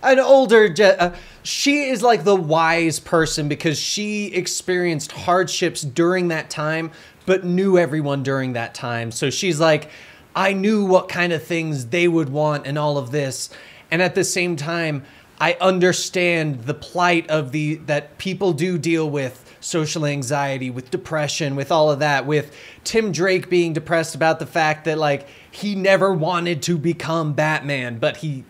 An older, Je- uh, she is like the wise person because she experienced hardships during that time, but knew everyone during that time. So she's like, I knew what kind of things they would want and all of this. And at the same time, I understand the plight of the that people do deal with social anxiety, with depression, with all of that, with Tim Drake being depressed about the fact that like he never wanted to become Batman, but he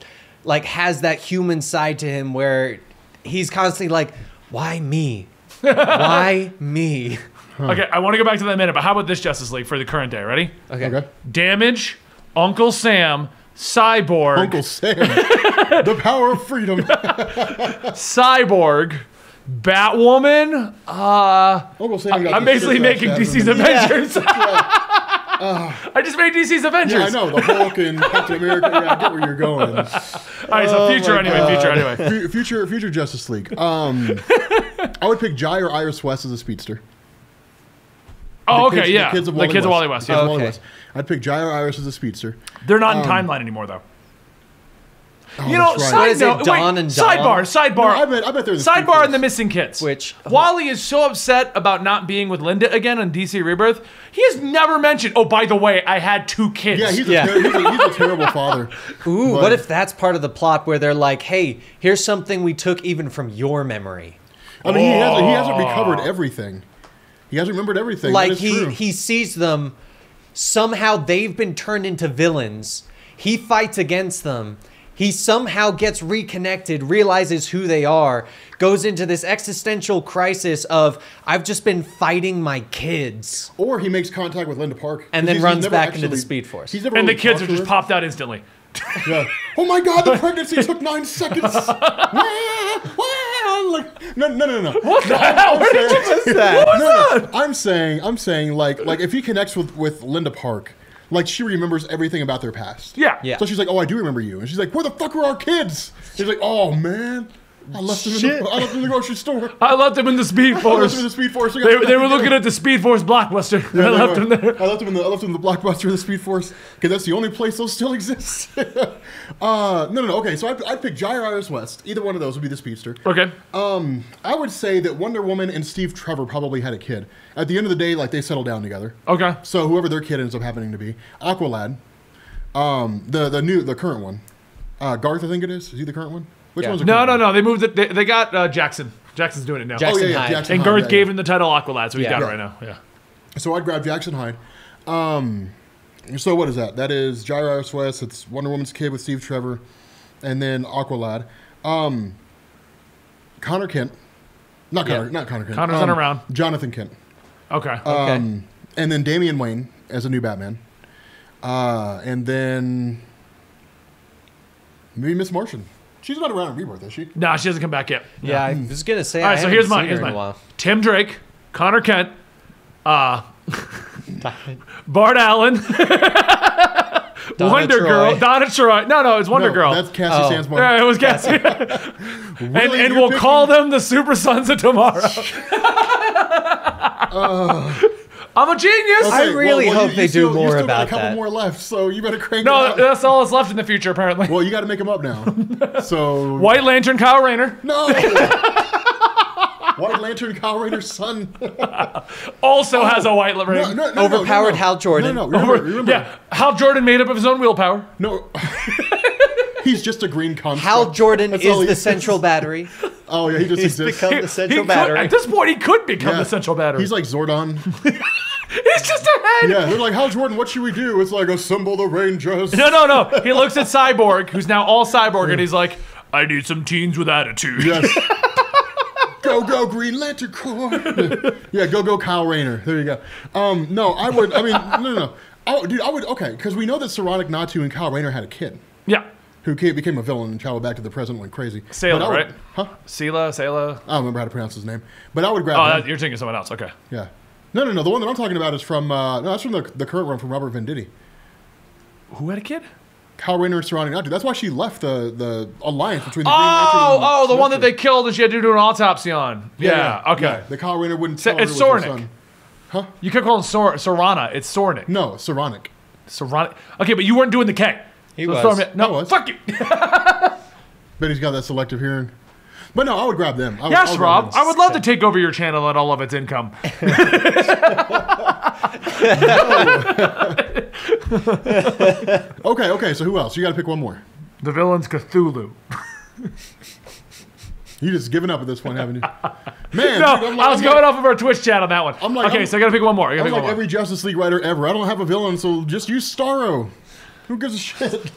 like has that human side to him where he's constantly like, why me? why me? Okay, I want to go back to that in a minute, but how about this Justice League for the current day? Ready? Okay. Okay, Damage, Uncle Sam, Cyborg, (laughs) Uncle Sam, the power of freedom. Cyborg, Batwoman. Uh, Uncle Sam. Got I'm the basically shit making out of DC's him. (laughs) Avengers. I just made DC's Avengers. Uh. Yeah, I know the Hulk and Captain America. Yeah, I get where (laughs) you're going. All right, Oh so future anyway, future anyway. Fu- Future, future Justice League. (laughs) Um, I would pick Jai or Iris West as a speedster. Oh, okay, The kids- yeah. the kids of Wally, Wally West. West. The kids of Yeah. Oh. Wally Okay. West. I'd pick Jai or Iris as a speedster. They're not in timeline anymore, though. Um, Oh, You know, that's side What is it, note- wait, Dawn and Dawn? sidebar, No, sidebar. I bet, I bet they're the uh-huh. Sidebar speedsters. and the missing kids. Which- Wally is so upset about not being with Linda again on DC Rebirth, he has never mentioned. Oh, by the way, I had two kids. Yeah, he's, Yeah. A ter- he's, a, he's a terrible (laughs) father. Ooh, But- what if that's part of the plot where they're like, hey, here's something we took even from your memory? I mean, he, hasn't, he hasn't recovered everything. He hasn't remembered everything. like that is he true. he sees them somehow they've been turned into villains he fights against them He somehow gets reconnected, realizes who they are, goes into this existential crisis of I've just been fighting my kids. Or he makes contact with Linda Park. And then He's- he's runs never back into the Speed Force. He's never and the really kids are talked just to her. popped out instantly. Yeah. Oh my god, (laughs) the pregnancy took nine seconds. like, no, no, no, no. What the hell? Where did you What's no, that? no, no. I'm saying, I'm saying, like, like if he connects with with Linda Park, like she remembers everything about their past. (laughs) Yeah. Yeah. So she's like, "Oh, I do remember you," and she's like, "Where the fuck were our kids?" She's like, "Oh man, I left them in Shit. the, I left them in the grocery store. I left them in the Speed I left them Force. in the Speed Force. they, they were looking at the Speed Force blockbuster. I left them there. I left them in the I left them in the blockbuster of the Speed Force because that's the only place those still (laughs) exist. uh, no, no, no. Okay, so I'd, I'd pick Jai or Iris West. Either one of those would be the speedster. Okay. Um, I would say that Wonder Woman and Steve Trevor probably had a kid. At the end of the day, like they settled down together. Okay. So whoever their kid ends up happening to be, Aqualad, um, the the new the current one, uh, Garth, I think it is. Is he the current one? Which Yeah. one's the No, current no, one? no. They moved it. They, they got uh, Jackson. Jackson's doing it now. Jackson Oh yeah, yeah, Hyde. Jackson And Hyde, Garth yeah, gave yeah. him the title Aqualad, so he's Uh-huh, Yeah. got it Yeah. right now. Yeah. So I'd grab Jackson Hyde. Um, so what is that? That is Jairus West. It's Wonder Woman's kid with Steve Trevor, and then Aqualad. Um, Connor Kent, not Connor, Yeah. not Connor Kent. Connor's um, not around. Jonathan Kent, Okay. Okay. um, and then Damian Wayne as a new Batman, uh, and then maybe Miss Martian. She's not around in Rebirth, is she? nah, she hasn't come back yet. yeah, I was gonna say. All I right, so haven't here's seen mine. her Here's in a mine. while. Tim Drake, Connor Kent, (laughs) uh, Bart Allen, (laughs) Wonder Troy. Girl, Donna Troy. No, no, it's Wonder no, Girl. That's Cassie Oh. Sands Martin. (laughs) yeah, it was Cassie. (laughs) and Really? and You're we'll picking- call them the Super Sons of (laughs) Tomorrow. (laughs) I'm a genius. Okay, I really hope they do still- more still got about a couple that. more left, so you better crank it no, uh, out. that's all that's left in the future, apparently. Well, you got to make them (laughs) up now. So White Lantern, Kyle Rayner, No. White Lantern, Kyle Rayner's son. also has a white ring. No, no, no, no, Overpowered no, no. Hal Jordan. No, no, remember, remember. Yeah, Hal Jordan made up of his own willpower. No. (laughs) He's just a green construct. Hal Jordan That's all is he the central (laughs) battery. Oh yeah, he just He's exists. become the He central could- battery. at this point, he could become Yeah. the central battery. He's like Zordon. He's just a head. Yeah, they're like, Hal Jordan, what should we do? It's like, assemble the Rangers. No, no, no. He looks (laughs) at Cyborg, who's now all Cyborg, and he's like, I need some teens with attitude. Yes. (laughs) go go Green Lantern Corps. (laughs) yeah, go go Kyle Rayner. There you go. Um, no, I would. I mean, no, no, no. Oh, dude, I would. Okay, because we know that Saronic Natu and Kyle Rayner had a kid Yeah. who came, became a villain and traveled back to the present, and went crazy. Sailor, But I would- right? Huh? Sela, Sela. I don't remember how to pronounce his name, but I would grab Oh, him. that, you're thinking of someone else. Okay. yeah. No, no, no. The one that I'm talking about is from. Uh, no, that's from the, the current one from Robert Venditti. Who had a kid? Kyle Rayner and Saronic Natu. That's why she left the the alliance between the Green Lantern. Oh, and oh, the one that Sinister. they killed and she had to do an autopsy on. Yeah. okay. The Kyle Rayner wouldn't. So- tell her it's it was her Saronic. son. You could call him Sor- Sorana. It's Sornic. No, Saronic. Soronic. Okay, but you weren't doing the K. He it's was. Soronic. No, I was. fuck you. But he's got that selective hearing. But no, I would grab them. I would, I yes, would Rob. Grab I would love to take over your channel and all of its income. them. Okay, okay. So who else? You got to pick one more. the villain's Cthulhu. You just giving up at this (laughs) point, haven't you? (laughs) Man, No, dude, I'm like, I was I'm going like, off of our Twitch chat on that one. I'm like- okay, I'm- so I gotta pick one more. I gotta I'm pick one more. like every Justice League writer ever. I don't have a villain, so just use Starro. Who gives (laughs) a shit?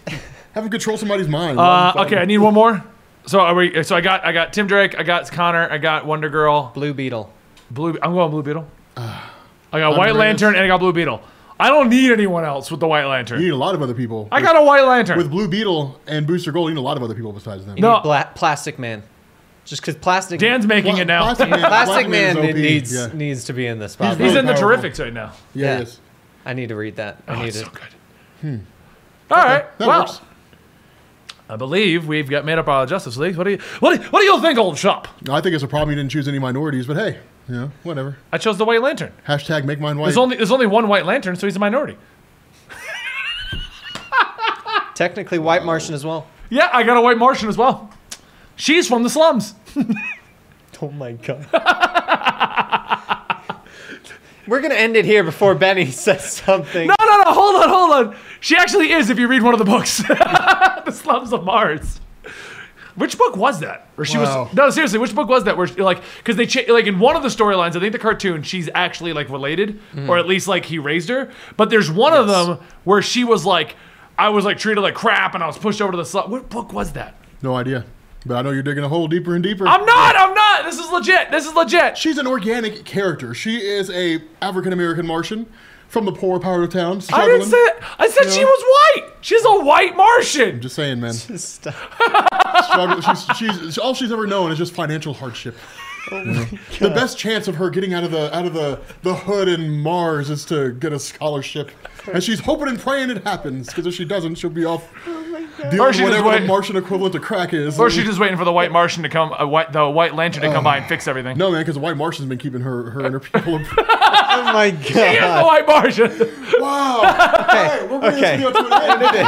have him control somebody's mind. Uh, okay, I need one more. So are we? So I got I got Tim Drake, I got Connor, I got Wonder Girl, Blue Beetle. Blue. I'm going Blue Beetle. (sighs) I got White Andreas. Lantern and I got Blue Beetle. I don't need anyone else with the White Lantern. You need a lot of other people. I got a White Lantern. with Blue Beetle and Booster Gold. You need a lot of other people besides them. No. No. Bla- Plastic Man. Just because Plastic Dan's making Pla- it now. Plastic Man, (laughs) Plastic Man Man's OP. needs Yeah, needs to be in this. Probably. (laughs) He's really in the powerful. Terrifics right now. yeah, Yeah. he is. I need to read that. I Oh, need it's it. so good. All right. Hmm. that well, works. I believe we've got made up our Justice League. What do you what do you, what do you think, old shop? I think it's a problem you didn't choose any minorities, but hey, you know, whatever. I chose the White Lantern. Hashtag make mine white. There's only there's only one White Lantern, so he's a minority. Technically, White Martian as well. Yeah, I got a White Martian as well. She's from the slums. Oh my god. (laughs) We're gonna end it here before Benny (laughs) says something. No, no, no. Hold on, hold on. She actually is. If you read one of the books, (laughs) The Slums of Mars. Which book was that? Or she Wow. was no seriously. Which book was that? Where she, like because they cha- like in one of the storylines, I think the cartoon, she's Mm-hmm. actually like related, or at least like he raised her. But there's one of them where she was like, I was like treated like crap and I was pushed over to the side. What book was that? No idea. But I know you're digging a hole deeper and deeper. I'm not. I'm not. This is legit. This is legit. She's an organic character. She is a African American Martian from the poor part of town. I didn't struggling. say. I said she Yeah. was white. She's a white Martian. Just saying, man. Stop. Struggle- she's, she's, all she's ever known is just financial hardship. Oh You know? The best chance of her getting out of the out of the, the hood in Mars is to get a scholarship, and she's hoping and praying it happens. Because if she doesn't, she'll be off dealing Oh Or with she just whatever the wait- Martian equivalent to crack is. Or she's just waiting for the white Martian to come, uh, white, the white lantern to come by and fix everything. no, man, because the White Martian's been keeping her her and (laughs) her people. Oh my Here's the god. white Martian. wow. Okay. We're bringing okay. (laughs) this video to an end.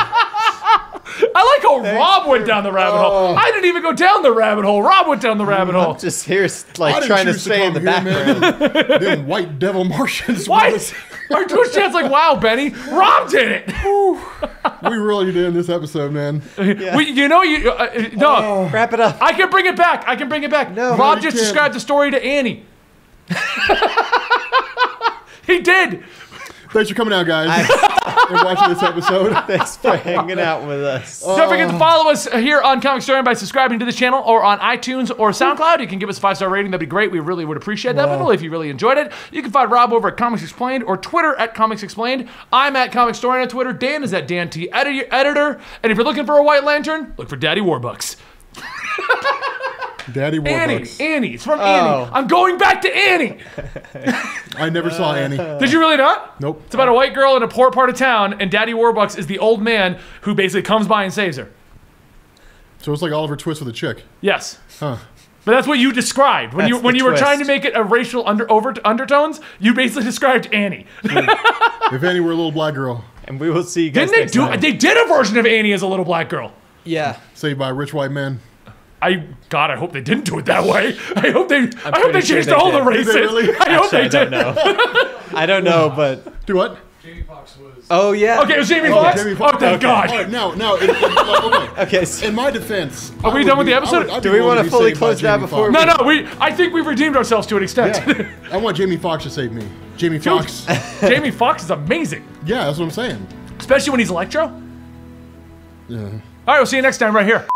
I like how Rob went down the rabbit hole. I didn't even go down the rabbit hole. Rob went down the rabbit hole. Just here's I like didn't trying to choose stay in come the here, background. man. (laughs) Them- Them white (laughs) devil Martians. What? Our Twitch chat's like, wow, Benny, Rob did it. (laughs) We really did in this episode, man. We, you know, you uh, uh, no. Oh. Wrap it up. I can bring it back. I can bring it back. Oh. No, Rob you just can't. described the story to Annie. (laughs) he did. Thanks for coming out, guys, and watching this episode. (laughs) (laughs) Thanks for hanging out with us. Don't forget to follow us here on Comic Story by subscribing to this channel or on iTunes or SoundCloud. You can give us a five star rating. That'd be great. We really would appreciate that. But really, if you really enjoyed it, you can find Rob over at Comics Explained or Twitter at Comics Explained. I'm at Comic Story on Twitter. Dan is at Dan T Edi- Editor. And if you're looking for a White Lantern, look for Daddy Warbucks. Daddy Annie, Warbucks. Annie, it's from Oh. Annie. I'm going back to Annie. I never Uh, saw Annie. Did you really not? (laughs) Nope. It's about a white girl in a poor part of town, and Daddy Warbucks is the old man who basically comes by and saves her. So it's like Oliver Twist with a chick. Yes. Huh. But that's what you described when you That's when the you were trying to twist. make it a racial under over undertones. You basically described Annie. If Annie were a little black girl, And we will see you guys Didn't they next do? time. They did a version of Annie as a little black girl. yeah. saved by a rich white man. I God, I hope they didn't do it that way. I hope they. i hope they pretty sure changed they all the did. Did races. they really? I hope Actually, I they don't did. know. I don't know, but Do what? oh (laughs) yeah. Okay, it was Jamie Foxx. Jamie Foxx. Oh, thank God. All right, now, now, it, it- okay. Okay. So In my defense, Are I we would done with be- the I would- episode? I'd Do be we willing wanna to be fully saved by close it out Jamie before No, Foxx. no, we. I think we've redeemed ourselves to an extent. Yeah. I want Jamie Foxx to save me. Jamie Foxx. (laughs) Jamie Foxx is amazing, yeah, that's what I'm saying. especially when he's Electro. Yeah. All right, we'll see you next time right here.